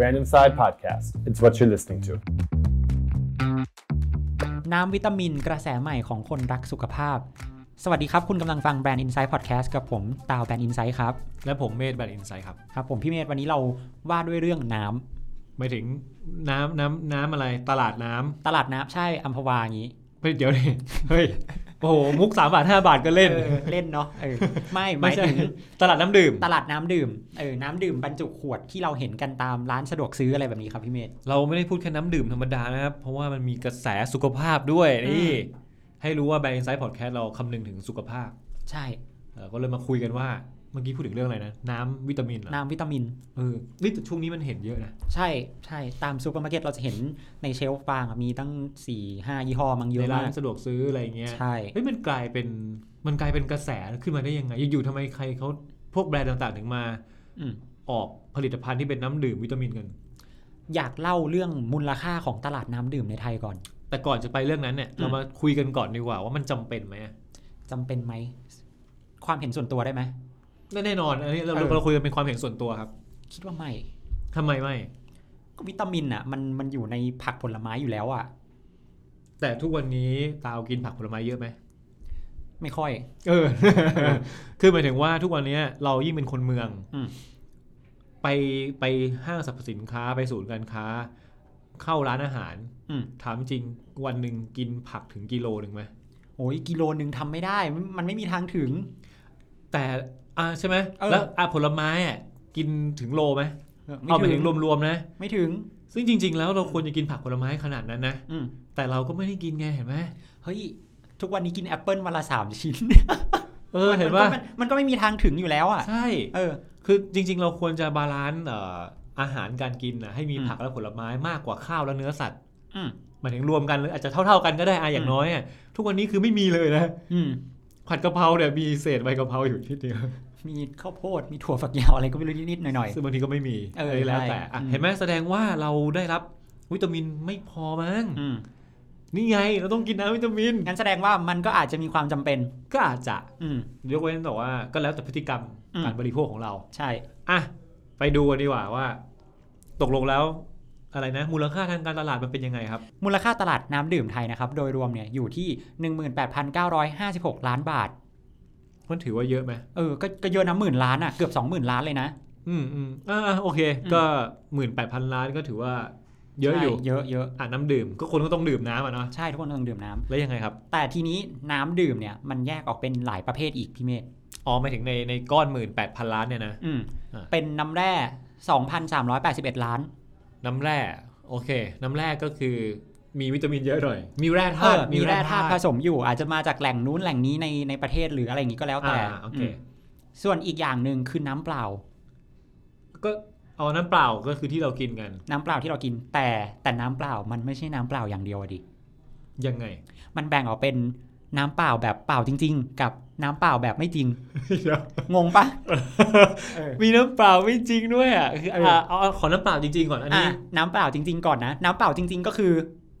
Random Side Podcast. It's what you're listening to. น้ำวิตามินกระแสใหม่ของคนรักสุขภาพ สวัสดีครับ คุณกำลังฟังแบรนด์ Insight Podcast กับผมตาวแบรนด์ Insight ครับ และผมเมธแบทอินไซด์ครับ ครับ ผมพี่เมธวันนี้เราว่าด้วยเรื่องน้ หมายถึงน้ำน้ำน้ำอะไรตลาดน้ ำตลาดน้ำใช่อัมพวาอย่างนี้ ำเฮ้ยเดี๋ยวดิเฮ้ยโอ้โหมุก3บาท5บาทก็เล่น ออเล่นเนาะเออ ไม่หมา ไม่ ย ใช่ ถึง ตลาดน้ำดื่ม ตลาดน้ำดื่มเออน้ำดื่มบรรจุขวดที่เราเห็นกันตามร้านสะดวกซื้ออะไรแบบนี้ครับพี่เมธ เราไม่ได้พูดแค่น้ำดื่มธรรมดานะครับ เพราะว่ามันมีกระแสสุขภาพด้วย อืม นี่ ให้รู้ว่าแบรนด์อินไซด์พอดแคสต์เราคำนึงถึงสุขภาพ ใช่ เอ่อก็เลยมาคุยกันว่าเมื่อกี้พูดถึงเรื่องอะไรนะ น้ำวิตามินเหรอ น้ำวิตามิน เออนี่แต่ช่วงนี้มันเห็นเยอะนะ ใช่ใช่ตามซูเปอร์มาร์เก็ตเราจะเห็นในเชลฟ์บางอะมีตั้ง4 5ยี่ห้อมั้งเย ในร้ามอะาก นสะดวกซื้ออะไรเงี้ย ใช่ เฮ้ยมันกลายเป็นมันกลายเป็นกระแสขึ้นมาได้ยังไงอยู่ๆทำไมใครเขาพวกแบรนด์ต่างๆถึงมา อืม ออกผลิตภัณฑ์ที่เป็นน้ำดื่มวิตามินกัน อยากเล่าเรื่องมูลค่าของตลาดน้ำดื่มในไทยก่อน แต่ก่อนจะไปเรื่องนั้นเนี่ย อืม เรามาคุยกันก่อนดีกว่าว่ามันจำเป็นไหมอะ จำเป็นไหม ความเห็นส่วนตัวได้ไหม แน่แน่นอน อันนี้เรา เออ เราคุยกันเป็นความเห็นส่วนตัวครับ คิดว่าไม่ ทำไมไม่ ก็วิตามินอ่ะ มันมันอยู่ในผักผลไม้อยู่แล้วอ่ะ แต่ทุกวันนี้ตาวกินผักผลไม้เยอะไหม ไม่ค่อย เออ คือหมายถึงว่าทุกวันนี้เรายิ่งเป็นคนเมือง อืม ไปไปห้างสรรพสินค้าไปศูนย์การค้า เข้าร้านอาหาร อืม ถามจริงวันหนึ่งกินผักถึงกิโลหนึ่งไหม โอ้ยกิโลหนึ่งทำไม่ได้ มันมันไม่มีทางถึง แต่อ่ะใช่ไหม เออ แล้วอ่ะผลไม้อ่ะกินถึงโลไหมเอาไป ไม่ ถึ ถึ ง ง รวมๆนะ ไม่ถึง ซึ่งจริง ๆ แล้วเราควรจะกินผักผลไม้ขนาดนั้นนะ อืม แต่เราก็ไม่ได้กินไงเห็นไหม เฮ้ย ทุกวันนี้กินแอปเปิลวันละสามชิ้น เออเห็น มั ว่า ก็มันมันก็ไม่มีทางถึงอยู่แล้วอ่ะ ใช่ เออ คือจริง ๆ เราควรจะบาลานซ์เอ่ออาหารการกินนะให้มี อืม ผักและผลไม้มากกว่าข้าวและเนื้อสัตว์ อืม หมายถึงรวมกันเลยอาจจะเท่า ๆ กันก็ได้อะอย่าง อืม น้อยอะทุกวันนี้คือไม่มีเลยนะ อืม ผัดกะเพราเนี่ยมีเศษใบกะเพราอยู่นิดเดียว มีข้าวโพด มีถั่วฝักยาวอะไรก็ไม่รู้นิดๆหน่อย ซึ่งบางทีก็ไม่มี เออ ไรแล้วแต่อะ ใช่ เห็นไหมแสดงว่าเราได้รับวิตามินไม่พอมั้ง ๆอืม นี่ไงเราต้องกินน้ำวิตามิน งั้นแสดงว่ามันก็อาจจะมีความจำเป็น ก็อาจจะ อืม ยกเว้นแต่ว่าก็แล้วแต่พฤติกรรม อืม การบริโภคของเรา ใช่ อ่ะไปดูกันดีกว่าว่า ตกลงแล้วอะไรนะ มูลค่าทางการตลาดมันเป็นยังไงครับ มูลค่าตลาดน้ำดื่มไทยนะครับ โดยรวมเนี่ยอยู่ที่ 18,956 ล้านบาท มันถือว่าเยอะไหม เออ ก็ก็เยอะนะหมื่นล้านอ่ะ เกือบ 20,000 ล้านเลยนะ อืมอืมอ่าโอเค อืม ก็หมื่นแปดพันล้านก็ถือว่าเยอะ ใช่ อยู่ เยอะเยอะ อ่าน้ำดื่ม ก็คนก็ต้องดื่มน้ำอ่ะเนาะ ใช่ทุกคนต้องดื่มน้ำ แล้วยังไงครับ แต่ทีนี้น้ำดื่มเนี่ยมันแยกออกเป็นหลายประเภทอีกพี่เมธ อ๋อหมายถึงในในก้อนหมื่นแปดพันล้านเนี่ยนะ อืม อ่ะ เป็นน้ำแร่ 2,381 ล้าน น้ำแร่โอเค น้ำแร่ก็คือมีวิตามินเยอะหน่อย มีแร่ เอ ธา อ ตุ มีแร่ธาตุผสมอยู่ อาจจะมาจากแหล่งนู้นแหล่งนี้ในในประเทศหรืออะไรอย่างนี้ก็แล้วแต่ อ่าโอเค อืมส่วนอีกอย่างหนึ่งคือน้ำเปล่า ก็เอาน้ำเปล่าก็คือที่เรากินกัน น้ำเปล่าที่เรากิน แต่แต่น้ำเปล่ามันไม่ใช่น้ำเปล่าอย่างเดียวอะดิ ยังไง มันแบ่งออกเป็นน้ำเปล่าแบบเปล่าจริง ๆ กับน้ำเปล่าแบบไม่จริ ง งงปะ มีน้ำเปล่าไม่จริงด้วยอ่ะคือ เออ อ่ะเอาเอาขอน้ำเปล่าจริงๆก่อนอัน อ่ะ นี้ น้ำเปล่าจริง ๆ ก่อนนะ น้ำเปล่าจริง ๆ ก็คือ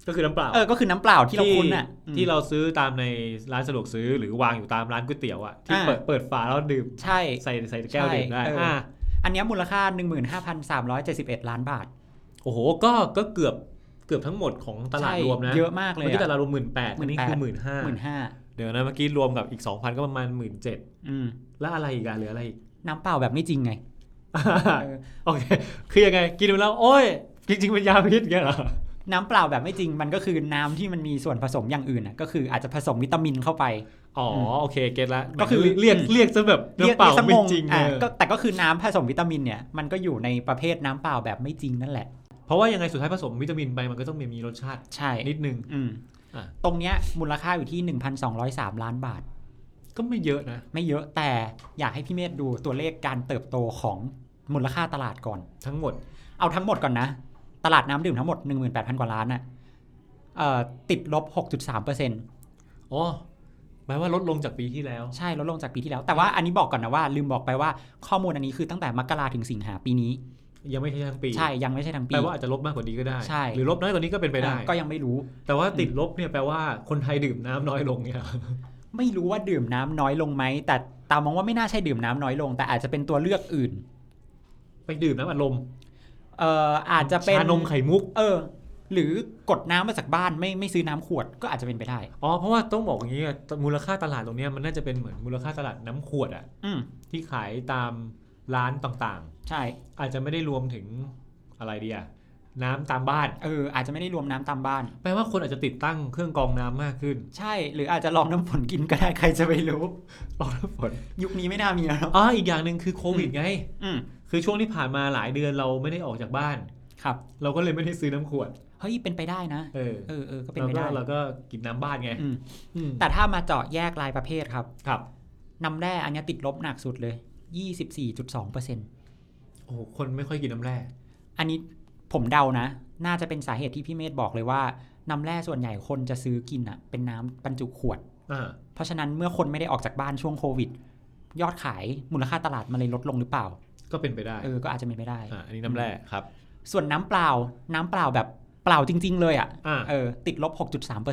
ก็คือน้ำเปล่า เออ ก็คือน้ำเปล่าที่เราคุ้นอ่ะอืม ที่เราซื้อตามในร้านสะดวกซื้อหรือวางอยู่ตามร้านก๋วยเตี๋ยวอ่ะที่ อ่า เปิดเปิดฝาแล้วดื่ม ใช่ ใส่ใส่แก้ว ใช่ ดื่มได้ เอออ่ อ่า อันเนี้ยมูลค่า 15,371 ล้านบาท โอ้โหก็ก็เกือบเกือบทั้งหมดของตลาด ใช่ รวมนะ เยอะมากเลย เมื่อกี้ต อะ ลาดรวมหมื่นแปดอันนี้คือหมื่นห้า หมื่นห้า เดี๋ยวนะเมื่อกี้รวมกับอีกสองพันก็ประมาณหมื่นเจ็ด อืม แล้วอะไรอีกอะเหลืออะไรอีก น้ำเปล่าแบบไม่จริงไงเออ โอเคคือยังไงกินไปแล้วโอ้ยจริงๆเป็นยาพิษเงี้ยเหรอ น้ำเปล่าแบบไม่จริงมันก็คือน้ำที่มันมีส่วนผสมอย่างอื่นอ่ะก็คืออาจจะผสมวิตามินเข้าไป อ๋อโอเคเก็ตละ ก็คือ เรียกเรียกซะแบบน้ำเปรีล่ายก ไม่ ง จริง อ่ะ เออ ก็แต่ก็คือน้ำผสมวิตามินเนี่ยมันก็อยู่ในประเภทน้ำเปล่าแบบไม่จริงนั่นแหละ เพราะว่ายังไงสุดท้ายผสมวิตามินไปมันก็ต้องมีมีรสชาติ ใช่ นิดนึง อืม อ่ะ ตรงเนี้ยมูลค่าอยู่ที่ 1,203 ล้านบาท ก็ไม่เยอะนะ ไม่เยอะแต่อยากให้พี่เมธดูตัวเลขการเติบโตของมูลค่าตลาดก่อน ทั้งหมด เอาทั้งหมดก่อนนะ ตลาดน้ำดื่มทั้งหมด 18,000 กว่าล้านน่ะเอ่อติดลบ 6.3% อ๋อหมายว่าลดลงจากปีที่แล้ว ใช่ลดลงจากปีที่แล้ว แต่ว่าอันนี้บอกก่อนนะว่า ลืมบอกไปว่าข้อมูลอันนี้คือตั้งแต่มกราถึงสิงหาปีนี้ ยังไม่ใช่ทั้งปี ใช่ยังไม่ใช่ทั้งปี แปลว่าอาจจะลบมากกว่านี้ก็ได้ ใช่ หรือลบน้อยกว่านี้ก็เป็นไปได้ อ่ะก็ยังไม่รู้ แต่ว่าติดลบเนี่ยแปลว่าคนไทยดื่มน้ำน้อยลงเนี่ย ไม่รู้ว่าดื่มน้ำน้อยลงไหม แต่ตามมองว่าไม่น่าใช่ดื่มน้ำน้อยลง แต่อาจจะเป็นตัวเลือกอื่น ไปดื่มน้ำอัดลม เอ่ออาจจะเป็น ชานมไข่มุก เออ หรือกดน้ำมาจากบ้านไม่ไม่ซื้อน้ำขวดก็อาจจะเป็นไปได้ อ๋อ เพราะว่าต้องบอกอย่างนี้อะมูลค่าตลาดตรงเนี้ยมันน่าจะเป็นเหมือนมูลค่าตลาดน้ำขวดอะ อืม ที่ขายตามร้านต่าง ใช่ ๆ อาจจะไม่ได้รวมถึงอะไรดีอะน้ำตามบ้าน เออ อาจจะไม่ได้รวมน้ำตามบ้าน แปลว่าคนอาจจะติดตั้งเครื่องกรองน้ำมากขึ้น ใช่ หรืออาจจะลองน้ำฝนกินก็ได้ใค รจะไปรู้ รอน้ำฝน ยุคนี้ไม่น่ามีแล้วเนอะ อ๋ออีกอย่างหนึ่งคือโควิดไง อืม คือช่วงที่ผ่านมาหลายเดือนเราไม่ได้ออกจากบ้าน ครับ เราก็เลยไม่ได้ซื้อน้ำขวด เฮ้ยเป็นไปได้นะ เออ เออเออก็เป็น เรา ไป ก็ ได้ เราก็กินน้ำบ้านไง อืม อืม แต่ถ้ามาเจาะแยกรายประเภทครับ ครับ น้ำแร่อันเนี้ยติดลบหนักสุดเลย 24.2% โอ้โหคนไม่ค่อยกินน้ำแร่ อันนี้ผมเดานะ น่าจะเป็นสาเหตุที่พี่เมธบอกเลยว่าน้ำแร่ส่วนใหญ่คนจะซื้อกินอะเป็นน้ำบรรจุขวด อ่า เพราะฉะนั้นเมื่อคนไม่ได้ออกจากบ้านช่วงโควิด ยอดขายมูลค่าตลาดมันเลยลดลงหรือเปล่า ก็เป็นไปได้ เออ ก็อาจจะเป็นไปได้ อ่าอันนี้น้ำแร่ครับ ส่วนน้ำเปล่า น้ำเปล่าแบบเปล่าจริง ๆ เลยอ่ะ อ่า เออ ติดลบ 6.3%เ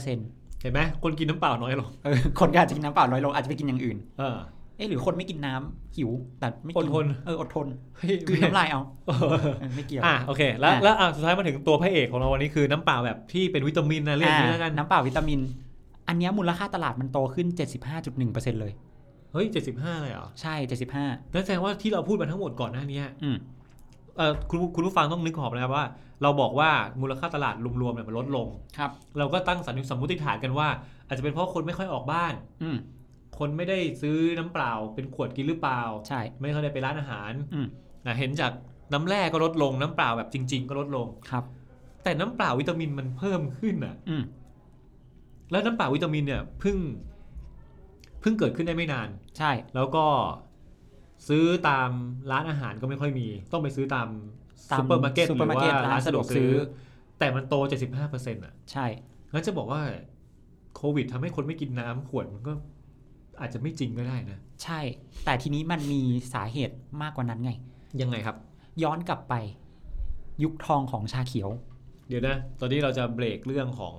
เห็นไหมคนกินน้ำเปล่าน้อยลง ออ คนก็อาจจะกินน้ำเปล่าน้อยลง อาจจะไปกินอย่างอื่น เออ เอะหรือคนไม่กินน้ำหิว แต่ไม่กิ อดทน เออ อดทน เฮ้ย กลืนน้ำลายเอา เออ เออไม่เกี่ยว อ่ะโอเค แล้ว อ่ะ แล้วอ่ะสุดท้ายมาถึงตัวพระเอกของเราวันนี้คือน้ำเปล่าแบบที่เป็นวิตามินนะเรียกอย่างนี้แล้วกัน อ่าน้ำเปล่าวิตามิน อันเนี้ยมูลค่าตลาดมันโตขึ้น 75.1%เลย เฮ้ยเจ็ดสิบห้าเลยเหรอ ใช่ 75 นั่นแสดงว่าที่เราพูดมาทั้งหมดก่อนหน้านี้ อืม เออคุณคุณผู้ฟังต้องนึกออกนะครับว่า เราบอกว่ามูลค่าตลาดรวมๆเนี่ยมันลดลง ครับ เราก็ตั้งสันนิษสมมติฐานกันว่า อาจจะเป็นเพราะคนไม่ค่อยออกบ้าน อืม คนไม่ได้ซื้อน้ำเปล่า เป็นขวดกินหรือเปล่า ใช่ ไม่ค่อยได้ไปร้านอาหาร อืม นะเห็นจากน้ำแร่ก็ลดลงน้ำเปล่าแบบจริง ๆ ก็ลดลง ครับ แต่น้ำเปล่าวิตามินมันเพิ่มขึ้นอ่ะ อืม แล้วน้ำเปล่าวิตามินเนี่ยเพิ่งเพิ่งเกิดขึ้นได้ไม่นาน ใช่ แล้วก็ซื้อตามร้านอาหารก็ไม่ค่อยมี ต้องไปซื้อตาม ตาม ซูเปอร์มาร์เก็ตห ซูเปอร์รือ มาร์เก็ต ว่าร้า ร้าน น สะ สะ ด ด ว ว ก กซื้ ซื้อ อ แต่มันโต 75%อ่ะ ใช่ แล้วจะบอกว่าโควิดทำให้คนไม่กินน้ำขวดมันก็อาจจะไม่จริงก็ได้นะ ใช่ แต่ทีนี้มันมีสาเหตุมากกว่านั้นไง ยังไงครับ ย้อนกลับไป ยุคทองของชาเขียว เดี๋ยวนะ ตอนนี้เราจะเบรกเรื่องของ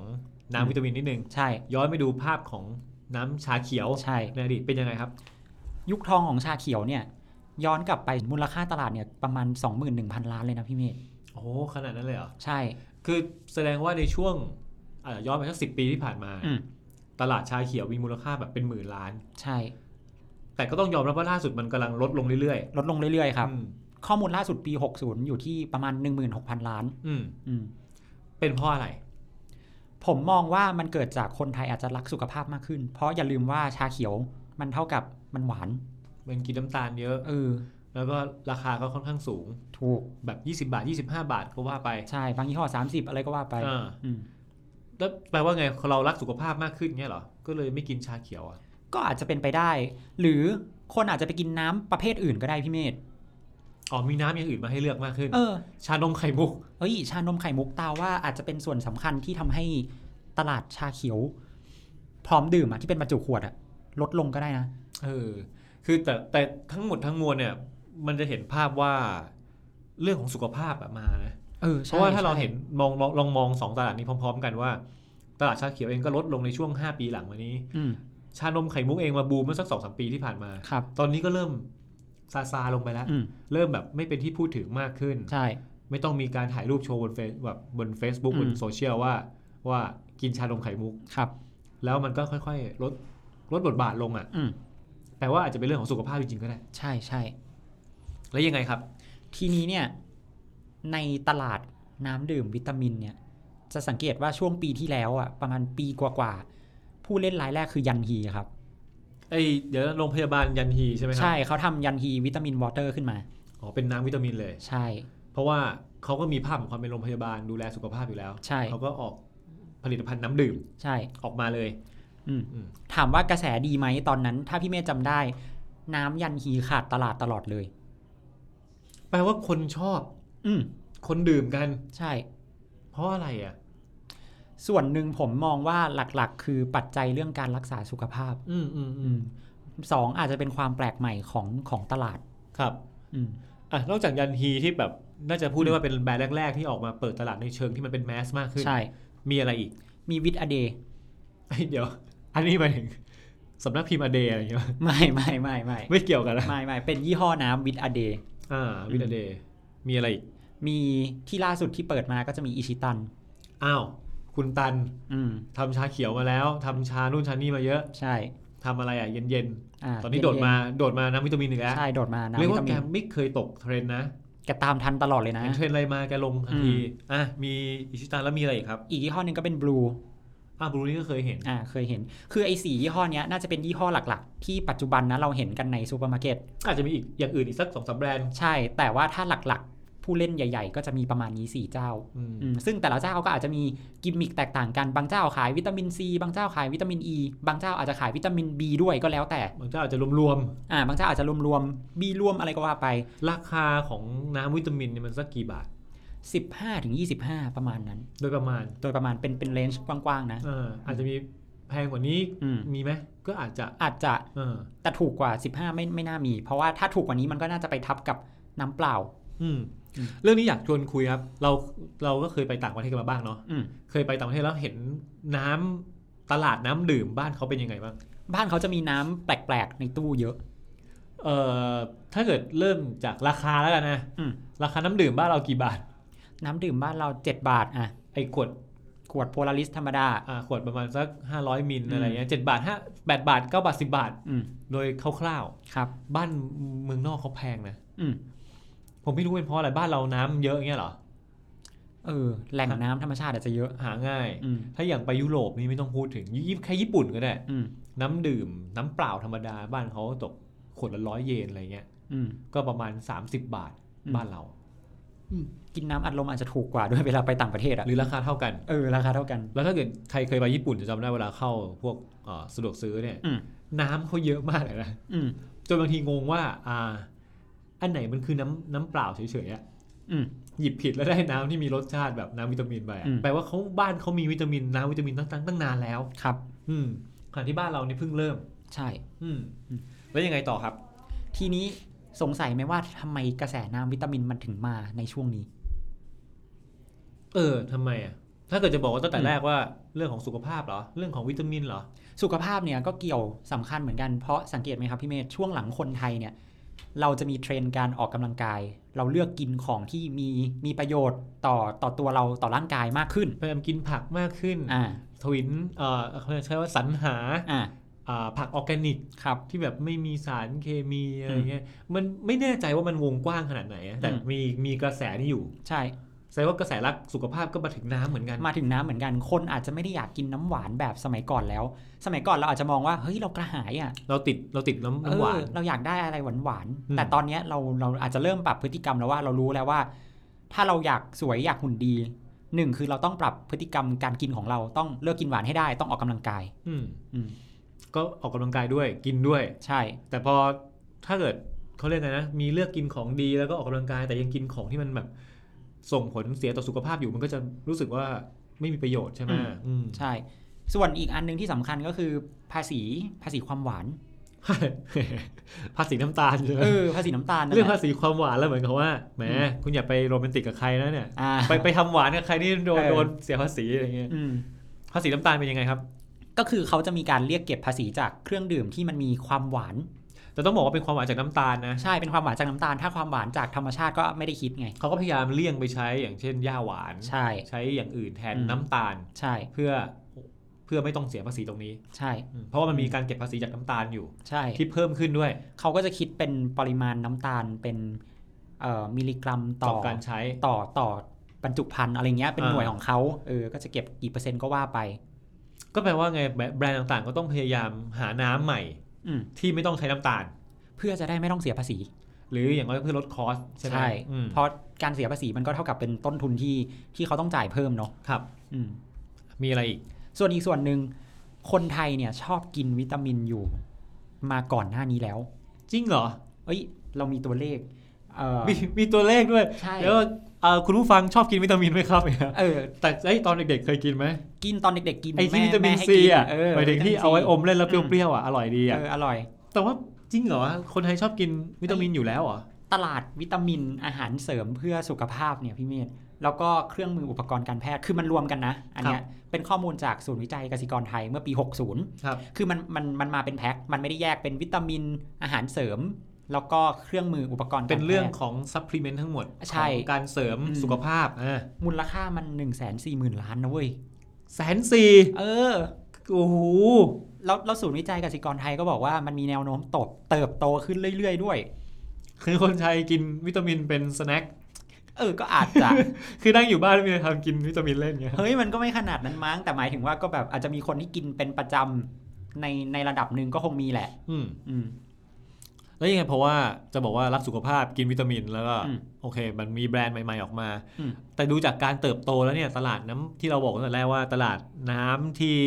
น้ำ อืม วิตามินนิดนึง ใช่ ย้อนไปดูภาพของน้ำชาเขียว ใช่ ในอดีตเป็นยังไงครับ ยุคทองของชาเขียวเนี่ย ย้อนกลับไปมูลค่าตลาดเนี่ยประมาณ 21,000 ล้านเลยนะพี่เมธ โอ้โหขนาดนั้นเลยเหรอ ใช่ คือแสดงว่าในช่วงอ่ะย้อนไปสักสิปีที่ผ่านมา อืม ตลาดชาเขียวมีมูลค่าแบบเป็นหมื่นล้าน ใช่ แต่ก็ต้องยอมรับว่าล่าสุดมันกำลังลดลงเรื่อย ลดลงเรื่อยๆ ๆ ครับ อืม ข้อมูลล่าสุดปี 60 อยู่ที่ประมาณ 16,000 ล้าน อืม อืม เป็นเพราะอะไร ผมมองว่ามันเกิดจากคนไทยอาจจะรักสุขภาพมากขึ้น เพราะอย่าลืมว่าชาเขียวมันเท่ากับมันหวาน มันกินน้ำตาลเยอะ เออ แล้วก็ราคาก็ค่อนข้างสูง ถูก แบบ 20 บาท 25 บาทก็ว่าไป ใช่บางยี่ห้อ 30 อะไรก็ว่าไป อ่า อืม แล้วแปลว่าไงเรารักสุขภาพมากขึ้นเงี้ยเหรอ ก็เลยไม่กินชาเขียวอ่ะ ก็อาจจะเป็นไปได้ หรือคนอาจจะไปกินน้ำประเภทอื่นก็ได้พี่เมธ อ๋อมีน้ำอย่างอื่นมาให้เลือกมากขึ้น เออ ชานมไข่มุก เอ้ย ชานมไข่มุกตาว่าอาจจะเป็นส่วนสำคัญที่ทำให้ตลาดชาเขียว พร้อมดื่มอะที่เป็นบรรจุขวดอะลดลงก็ได้นะ เออ คือแต่แต่ทั้งหมดทั้งมวลเนี่ย มันจะเห็นภาพว่าเรื่องของสุขภาพอะมานะ เออ เพ ใช่ ราะว่าถ้าเรา ใช่ เห็นมองลองลองมองสองตลาดนี้พร้อม ๆ กันว่า ตลาดชาเขียวเองก็ลดลงในช่วง 5 ปีหลังมานี้ อืม ชานมไข่มุกเองมาบูมเมื่อสักสองสามปีที่ผ่านมา ครับ ตอนนี้ก็เริ่มซาซาลงไปแล้ว อืม เริ่มแบบไม่เป็นที่พูดถึงมากขึ้น ใช่ ไม่ต้องมีการถ่ายรูปโชว์บนเฟซแบบบน Facebook อื บ ม นโซเชียลว่าว่ากินชานมไข่มุก ครับ แล้วมันก็ค่อยๆ ลดลดบทบาทลงอ่ะ อืม แปลว่าอาจจะเป็นเรื่องของสุขภาพจริงๆก็ได้ ใช่ใช่ แล้วยังไงครับ ทีนี้เนี่ย ในตลาดน้ำดื่มวิตามินเนี่ย จะสังเกตว่าช่วงปีที่แล้วอะประมาณปีกว่าๆผู้เล่นรายแรกคือยันฮีครับ ไอเดี๋ยวโรงพยาบาลยันฮีใช่ไหมครั ใช่เขาทำยันฮีวิตามินวอเตอร์ขึ้นมา อ๋อเป็นน้ำวิตามินเลย ใช่ เพราะว่าเขาก็มีภาพของความเป็นโรงพยาบาลดูแลสุขภาพอยู่แล้ว ใช่ เขาก็ออกผลิตภัณฑ์น้ำดื่ม ใช่ ออกมาเลย อืม อืม ถามว่ากระแสดีไหมตอนนั้น ถ้าพี่เมย์จำได้ น้ำยันฮีขาดตลาดตลอดเลย แปลว่าคนชอบ อืม คนดื่มกัน ใช่ เพราะอะไรอ่ะ ส่วนหนึ่งผมมองว่าหลักๆ คือปัจจัยเรื่องการรักษาสุขภาพ อืมอืมอืม สองอาจจะเป็นความแปลกใหม่ของของตลาด ครับ อืม อ่ะนอกจากยันฮีที่แบบน่าจะพูดได้ว่าเป็นแบรนด์แรก ๆ ที่ออกมาเปิดตลาดในเชิงที่มันเป็นแมสมากขึ้น ใช่ มีอะไรอีก มีวิตอเดย์ เอ้ยเดี๋ยว อันนี้หมายถึงสำนักพิมพ์อเดอะไรอย่างเงี้ย ไม่ไม่ไม่ไม่ ไม่เกี่ยวกันนะ ไม่ไม่เป็นยี่ห้อน้ำวิตอเดย์ อ่าวิดเดย์มีอะไรอีก มีที่ล่าสุดที่เปิดมาก็จะมีอิชิตัน อ้าว คุณตัน อืม ทำชาเขียวมาแล้วทำชานู่นชานี่มาเยอะ ใช่ ทำอะไรอ่ะเย็น อ่า ๆ ตอนนี้โดดมาโดดมาน้ำวิตามินอีกแล้ว ใช่โดดมาน้ำ เรียก วิ ว่า ตา แก มิน ไม่เคยตกเทรนด์นะ แกตามทันตลอดเลยนะ เห็นเทรนด์อะไรมาแกลงทันทีอ่ะมีอิชิตันแล้วมีอะไรอีกครับ อีกยี่ห้อหนึ่งก็เป็นบลู อ้าวบรูนี่ก็เคยเห็น อ่าเคยเห็น คือไอ้สียี่ห้อเนี้ยน่าจะเป็นยี่ห้อหลักๆ ที่ปัจจุบันนะเราเห็นกันในซูเปอร์มาร์เก็ต อาจจะมีอีกอย่างอื่นอีกสักสองสามแบรนด์ ใช่ แต่ว่าถ้าหลักๆ ผู้เล่นใหญ่ๆ ก็จะมีประมาณนี้ 4 เจ้า อืม อืมซึ่งแต่ละเจ้าก็อาจจะมีกิมมิคแตกต่างกัน บางเจ้าขายวิตามินซี บางเจ้าขายวิตามินอ e, ีบางเจ้าอาจจะขายวิตามิน B ด้วยก็แล้วแต่ บางเจ้าอาจจะรวม อ่า บางเจ้าอาจจะรวมๆ B รวมอะไรก็ว่าไป ๆ ราคาของน้ำวิตามินเนี่ยมันสักกี่บาท 15-25 ประมาณนั้น โดยประมาณ โดยประมาณเป็นเป็นเลนจ์กว้างๆ นะ เอออาจจะมีแพงกว่านี้ อืม มีไหมก็อาจจะ อาจจะ เออ แต่ถูกกว่า 15 ไม่ไม่น่ามี เพราะว่าถ้าถูกกว่านี้มันก็น่าจะไปทับกับน้ำเปล่า อืม อืม เรื่องนี้อยากชวนคุยครับ เราเราก็เคยไปต่างประเทศกันมาบ้างเนาะ อืม เคยไปต่างประเทศแล้วเห็นน้ำตลาดน้ำดื่มบ้านเขาเป็นยังไงบ้าง บ้านเขาจะมีน้ำแปลกๆในตู้เยอะ เอ่อถ้าเกิดเริ่มจากราคาแล้วกันนะ อืม ราคาน้ำดื่มบ้านเรากี่บาท น้ำดื่มบ้านเรา 7 บาทอ่ะ ไอ้ขวด ขวดโพลาริสธรรมดา อ่าขวดประมาณสัก 500มิลอะไรเงี้ยเจ็ดบาทห้าแปดบาทเก้าบาทสิบบาท อืม โดยคร่าว ครับ ๆ บ้านเมืองนอกเขาแพงนะ อืม ผมไม่รู้เป็นเพราะอะไรบ้านเราน้ำเยอะอย่างเงี้ยเหรอ เออ แหล่งน้ำธรรมชาติอาจจะเยอะ หาง่าย อืม ถ้าอย่างไปยุโรปนี่ไม่ต้องพูดถึงยี่แค่ญี่ปุ่นก็ได้ อืม น้ำดื่ม น้ำเปล่าธรรมดา บ้านเขาตกขวดละร้อยเยนอะไรเงี้ย อืม ก็ประมาณ 30 บาท อืม บ้านเรา กินน้ำอัดลมอาจจะถูกกว่าด้วยเวลาไปต่างประเทศอะ หรือราคาเท่ากัน เออ ราคาเท่ากัน แล้วถ้าเกิดใครเคยไปญี่ปุ่นจะจำได้เวลาเข้าพวกเอ่อสะดวกซื้อเนี่ย อืม น้ำเขาเยอะมากเลยนะ อืม จนบางทีงงว่า อ่า อันไหนมันคือน้ำน้ำเปล่าเฉยๆอะ อืม หยิบผิดแล้วได้น้ำที่มีรสชาติแบบน้ำวิตามินไปอะ อืม แปลว่าเขาบ้านเขามีวิตามินน้ำวิตามินตั้งตั้งตั้งนานแล้ว ครับ อืมขณะที่บ้านเรานี่เพิ่งเริ่ม ใช่ อืม แล้วยังไงต่อครับ ทีนี้สงสัยไหมว่าทำไมกระแสน้ำวิตามินมันถึงมาในช่วงนี้ เออทำไมอ่ะ ถ้าเกิดจะบอกว่าตั้งแต่แรกว่าเรื่องของสุขภาพเหรอ เรื่องของวิตามินเหรอ สุขภาพเนี่ยก็เกี่ยวสำคัญเหมือนกัน เพราะสังเกตไหมครับพี่เมธช่วงหลังคนไทยเนี่ย เราจะมีเทรนด์การออกกำลังกาย เราเลือกกินของที่มีมีประโยชน์ต่อต่อตัวเราต่อร่างกายมากขึ้น พยายามกินผักมากขึ้น อ่า ทวิน เอ่อเขาใช้ว่าสรรหา อ่า อ่าผักออร์แกนิก ครับ ที่แบบไม่มีสารเคมีอะไรเงี้ย มันไม่แน่ใจว่ามันวงกว้างขนาดไหนอะแต่ อืม มีมีกระแสที่อยู่ ใช่ แสดงว่ากระแสรักสุขภาพก็มาถึงน้ำเหมือนกัน มาถึงน้ำเหมือนกัน คนอาจจะไม่ได้อยากกินน้ำหวานแบบสมัยก่อนแล้ว สมัยก่อนเราอาจจะมองว่า เฮ้ย เรากระหายอ่ะ เราติดเราติดน้ำน้ำหวาน เออเราอยากได้อะไรหวานหวานๆ อืม แต่ตอนเนี้ยเราเราอาจจะเริ่มปรับพฤติกรรมแล้วว่าเรารู้แล้วว่า ถ้าเราอยากสวยอยากหุ่นดีหนึ่งคือเราต้องปรับพฤติกรรมการกินของเราต้องเลิกกินหวานให้ได้ต้องออกกำลังกาย อืม อืม ก็ออกกำลังกายด้วยกินด้วย ใช่ แต่พอถ้าเกิดเขาเรียกไงนะ มีเลือกกินของดีแล้วก็ออกกำลังกาย แต่ยังกินของที่มันแบบส่งผลเสียต่อสุขภาพอยู่มันก็จะรู้สึกว่าไม่มีประโยชน์ใช่ไหมอืม ใช่ ส่วนอีกอันหนึงที่สำคัญก็คือภาษีภาษีความหวาน ภาษีน้ำตาลใช่ไหม เออภาษีน้ำตาลนั่น เรื่อง แห ภา ละ ษีความหวานแล้วเหมือนกับว่าแหมคุณอย่าไปโรแมนติกกับใครนะเนี่ย อ่า ไปไปทำหวานกับใครนี่โดน เออ โดนเสียภาษีอะไรเงี้ย อืม ภาษีน้ำตาลเป็นยังไงครับ ก็คือเขาจะมีการเรียกเก็บภาษีจากเครื่องดื่มที่มันมีความหวาน แต่ต้องบอกว่าเป็นความหวานจากน้ำตาลนะ ใช่ เป็นความหวานจากน้ำตาล ถ้าความหวานจากธรรมชาติก็ไม่ได้คิดไง เขาก็พยายามเลี่ยงไปใช้อย่างเช่นหญ้าหวาน ใช่ ใช้อย่างอื่นแทน อืม น้ำตาล ใช่ เพื่อเพื่อไม่ต้องเสียภาษีตรงนี้ ใช่ อืมเพราะว่ามันมีการเก็บภาษีจากน้ำตาลอยู่ ใช่ ที่เพิ่มขึ้นด้วย เขาก็จะคิดเป็นปริมาณน้ำตาลเป็นเอ่อมิลลิกรัมต่ ต่ อ อการใช้ ต่อต่อบรรจุภัณฑ์อะไรเงี้ยเป็น อ่า หน่วยของเขาเออก็จะเก็บกี่เปอร์เซ็นต์ก็ว่าไป ก็แปลว่าไงแบรแบรนด์ต่างๆ ก็ต้องพยายามหาน้ำใหม่ อืม ที่ไม่ต้องใช้น้ำตาล เพื่อจะได้ไม่ต้องเสียภาษี หรืออย่างน้อยเพื่อลดคอสใช่ไหมอืม เพราะการเสียภาษีมันก็เท่ากับเป็นต้นทุนที่ที่เขาต้องจ่ายเพิ่มเนาะ ครับ อืม มีอะไรอีก ส่วนอีกส่วนหนึ่งคนไทยเนี่ยชอบกินวิตามินอยู่ มาก่อนหน้านี้แล้ว จริงเหรอ เอ้ย เรามีตัวเลขเอ่อ มีมีตัวเลขด้วย ใช่ แล้วเอ่อคุณผู้ฟังชอบกินวิตามินไหมครับ เออ แต่ไอยตอนเด็กๆเคยกินไหม กินตอนเด็กๆกิน ไอแที่วิตามิน แให้ ซี กิ อ่ะ เห มายถึงที่เอาไว้อมเล่นแล้วเปรี้ยวๆอ่ะอร่อยดีอ่ะ เอออร่อย แต่ว่าจริงเหรอคนไทยชอบกินวิตามินอยู่แล้วเหรอ ตลาดวิตามินอาหารเสริมเพื่อสุขภาพเนี่ยพี่เมธแล้วก็เครื่องมืออุปกรณ์การแพทย์คือมันรวมกันนะ อันเนี้ยเป็นข้อมูลจากศูนย์วิจัยกสิกรไทยเมื่อปี 60 ครับ คือมันมันมันมาเป็นแพ็ค มันไม่ได้แยกเป็นวิตามินอาหารเสริม แล้วก็เครื่องมืออุปกรณ์ เป็น การแพทย์ เรื่องของซัพพลีเมนต์ทั้งหมด ใช่ ของการเสริม อืม สุขภาพอ่า มูลค่ามัน1นึ่งแสนสี่หมื่นล้านนะเว้ย แสนสี่ เออ โอ้โห แล้วแล้วศูนย์วิจัยกสิกรไทยก็บอกว่ามันมีแนวโน้มตบเติบโตขึ้นเรื่อยๆด้วย คือคนไทยกินวิตามินเป็นสแน็ค เออ ก็อาจจะ คือนั่งอยู่บ้านไม่มีอะไรทำกินวิตามินเล่นเงี้ย เฮ้ย มันก็ไม่ขนาดนั้นมั้ง แต่หมายถึงว่าก็แบบอาจจะมีคนที่กินเป็นประจำในในระดับหนึ่งก็คงมีแหละ อืม อืม แล้วยังไงเพราะว่าจะบอกว่ารักสุขภาพกินวิตามินแล้วก็ อืม โอเค มันมีแบรนด์ใหม่ ๆ ออกมา อืม แต่ดูจากการเติบโตแล้วเนี่ยตลาดน้ำที่เราบอกตั้งแต่แรกว่าตลาดน้ำที่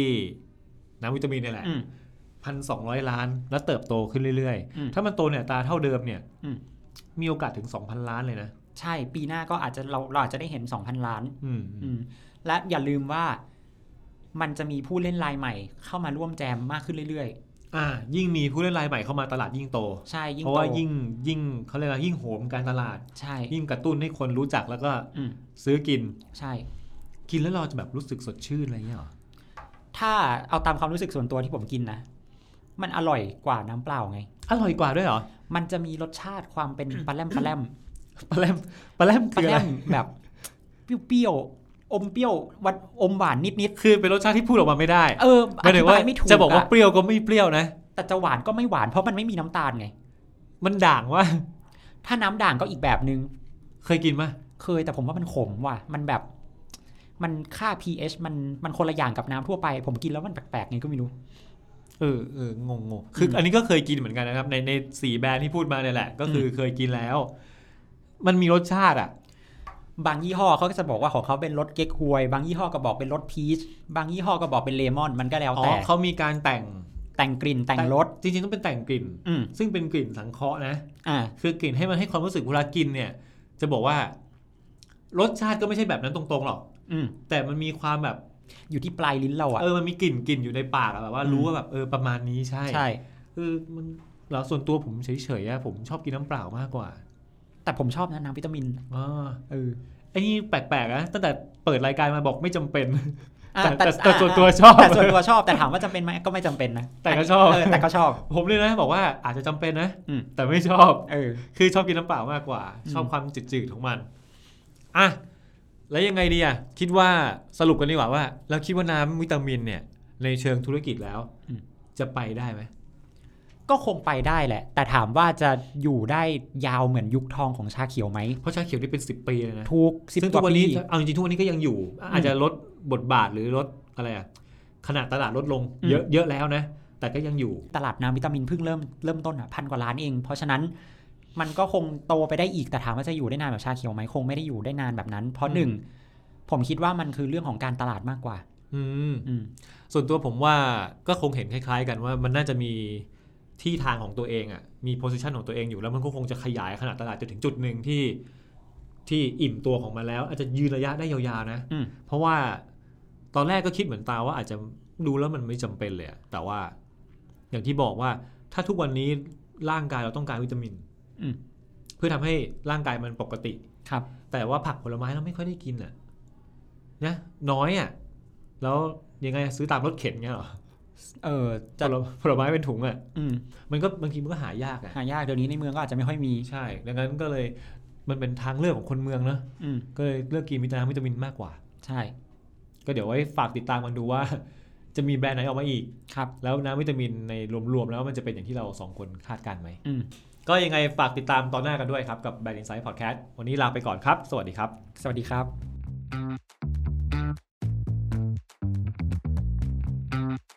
น้ำวิตามินเนี่ยแหละ อืม พันสองร้อยล้าน แล้วเติบโตขึ้นเรื่อย อืม ๆ ถ้ามันโตเนี่ยอัตราเท่าเดิมเนี่ย อืม มีโอกาสถึง 2,000 ล้านเลยนะ ใช่ ปีหน้าก็อาจจะเราเราอาจจะได้เห็น 2,000 ล้าน อืม อืม และอย่าลืมว่า มันจะมีผู้เล่นรายใหม่ เข้ามาร่วมแจมมากขึ้นเรื่อย อ่ายิ่งมีผู้เล่นรายใหม่เข้ามาตลาดยิ่งโต ๆ ใช่ ยิ่ง เพราะ โต ว่ายิ่งยิ่งเขาเรียกว่ายิ่งโหมการตลาด ใช่ ยิ่งกระตุ้นให้คนรู้จักแล้วก็ อืม ซื้อกิน ใช่ กินแล้วเราจะแบบรู้สึกสดชื่นอะไรอย่างเงี้ยเหรอ ถ้าเอาตามความรู้สึกส่วนตัวที่ผมกินนะ มันอร่อยกว่าน้ำเปล่าไง อร่อยกว่าด้วยเหรอ มันจะมีรสชาติความเป็นปลาแรมปลาแรม ปลาแรมปลาแรม ปลา คือ แร อะไร มแบบเปรี้ยวๆอมเปรี้ยววัดอมหวานนิด คือเป็นรสชาติที่พูดออกมาไม่ได้ ๆเออ ห อ มายถึ ธิ งว่า บายไม่ถูก จะบอกว่า อะ เปรี้ยวก็ไม่เปรี้ยวนะ แต่จะหวานก็ไม่หวานเพราะมันไม่มีน้ำตาลไง มันด่างว่า ถ้าน้ำด่างก็อีกแบบนึง เคยกินปะ เคยแต่ผมว่ามันขมว่ะ มันแบบ มันค่า pH มันมันคนละอย่างกับน้ำทั่วไป ผมกินแล้วมันแปลกๆไงก็ไม่รู้ เออเอองงงๆคืออันนี้ก็เคยกินเหมือนกันนะครับ ในในสี่แบรนด์ที่พูดมาเนี่ยแหละ ก็คืออเคยกินแล้ว มันมีรสชาติอ่ะ บางยี่ห้อเขาก็จะบอกว่าของเขาเป็นรสเก๊กฮวย บางยี่ห้อก็บอกเป็นรสพีช บางยี่ห้อก็บอกเป็นเลมอน มันก็แล้ว อ๋อ แต่ เขามีการแต่ง แต่งกลิ่นแต่งรส จริงๆต้องเป็นแต่งกลิ่น อืม ซึ่งเป็นกลิ่นสังเคราะห์นะ อ่า คือกลิ่นให้มันให้ความรู้สึกเวลากินเนี่ย จะบอกว่ารสชาติก็ไม่ใช่แบบนั้นตรงๆหรอก อืม แต่มันมีความแบบ อยู่ที่ปลายลิ้นเราอะ เออ มันมีกลิ่นกลิ่นอยู่ในปากอะแบบว่ารู้ว่าแบบเออประมาณนี้ใช่ ใช่ คือมันเราส่วนตัวผมเฉยๆอะผมชอบกินน้ำเปล่ามากกว่า แต่ผมชอบนะน้ำวิตามิน อ๋อ เออ ไอ้นี่แปลกๆนะตั้งแต่เปิดรายการมาบอกไม่จำเป็น อ่ะ แต่แต่แต่ อ่ะ ส่วนตัวชอบ แต่ส่วนตัวชอบ แต่ถามว่าจำเป็นไหมก็ไม่จำเป็นนะ แต่ก็ชอบ เแต่ก็ชอบ ผม เลยนะบอกว่าอาจจะจำเป็นนะ อืม แต่ไม่ชอบ เออ คือชอบกินน้ำเปล่ามากกว่า อืม ชอบความจืดๆของมันอ่ะแล้วยังไงดีอะคิดว่าสรุปกันดีกว่าว่าเราคิดว่าน้ำวิตามินเนี่ย ในเชิงธุรกิจแล้วจะไปได้ไหม ก็คงไปได้แหละ แต่ถามว่าจะอยู่ได้ยาวเหมือนยุคทองของชาเขียวไหม เพราะชาเขียวนี่เป็น 10 ปีเลยนะ ทุกสิบ ซึ่ง ก ทุ ว่าก วัน ปี นี้เอาจริงๆทุกวันนี้ก็ยังอยู่ อาจจะลดบทบาทหรือลดอะไรอะขนาดตลาดลดลง อืม เยอะเยอะแล้วนะ แต่ก็ยังอยู่ ตลาดน้ำวิตามินเพิ่งเริ่มเริ่มต้นอ่ะพันกว่าล้านเอง เพราะฉะนั้นมันก็คงโตไปได้อีกแต่ถามว่าจะอยู่ได้นานแบบชาเขียวไหมคงไม่ได้อยู่ได้นานแบบนั้น เพราะ อืม หนึ่งผมคิดว่ามันคือเรื่องของการตลาดมากกว่า อืม อืม ส่วนตัวผมว่าก็คงเห็นคล้าย ๆ กันว่ามันน่าจะมีที่ทางของตัวเองอะมีโพสิชันของตัวเองอยู่แล้วมันก็คงจะขยายขนาดตลาดจนถึงจุดหนึ่งที่ที่อิ่มตัวของมันแล้ว อาจจะยืนระยะได้ยาวๆนะ อืม เพราะว่าตอนแรกก็คิดเหมือนตาว่าอาจจะดูแล้วมันไม่จำเป็นเลยอะแต่ว่า อย่างที่บอกว่าถ้าทุกวันนี้ร่างกายเราต้องการวิตามิน อืม เพื่อทำให้ร่างกายมันปกติ ครับ แต่ว่าผักผลไม้เราไม่ค่อยได้กินอ่ะนะน้อยอ่ะแล้วยังไงซื้อตามรถเข็นเงี้ยเหรอ เออ ผลผลไม้เป็นถุงอ่ะ อืม มันก็บางทีมันก็หายากอ่ะ หายากเดี๋ยวนี้ในเมืองก็อาจจะไม่ค่อยมี ใช่ดังนั้นก็เลยมันเป็นทางเลือกของคนเมืองเนอะ อืม ก็เลยเลือกกินวิตามินวิตามินมากกว่า ใช่ ก็เดี๋ยวไว้ฝากติดตามกันดูว่า จะมีแบรนด์ไหนออกมาอีก ครับ แล้วน้ำวิตามินในรวมๆแล้วมันจะเป็นอย่างที่เราสองคนคาดการณ์ไหม อืม ก็ยังไงฝากติดตามตอนหน้ากันด้วยครับ กับ Brand Insight Podcast วันนี้ลาไปก่อนครับ สวัสดีครับ สวัสดีครับ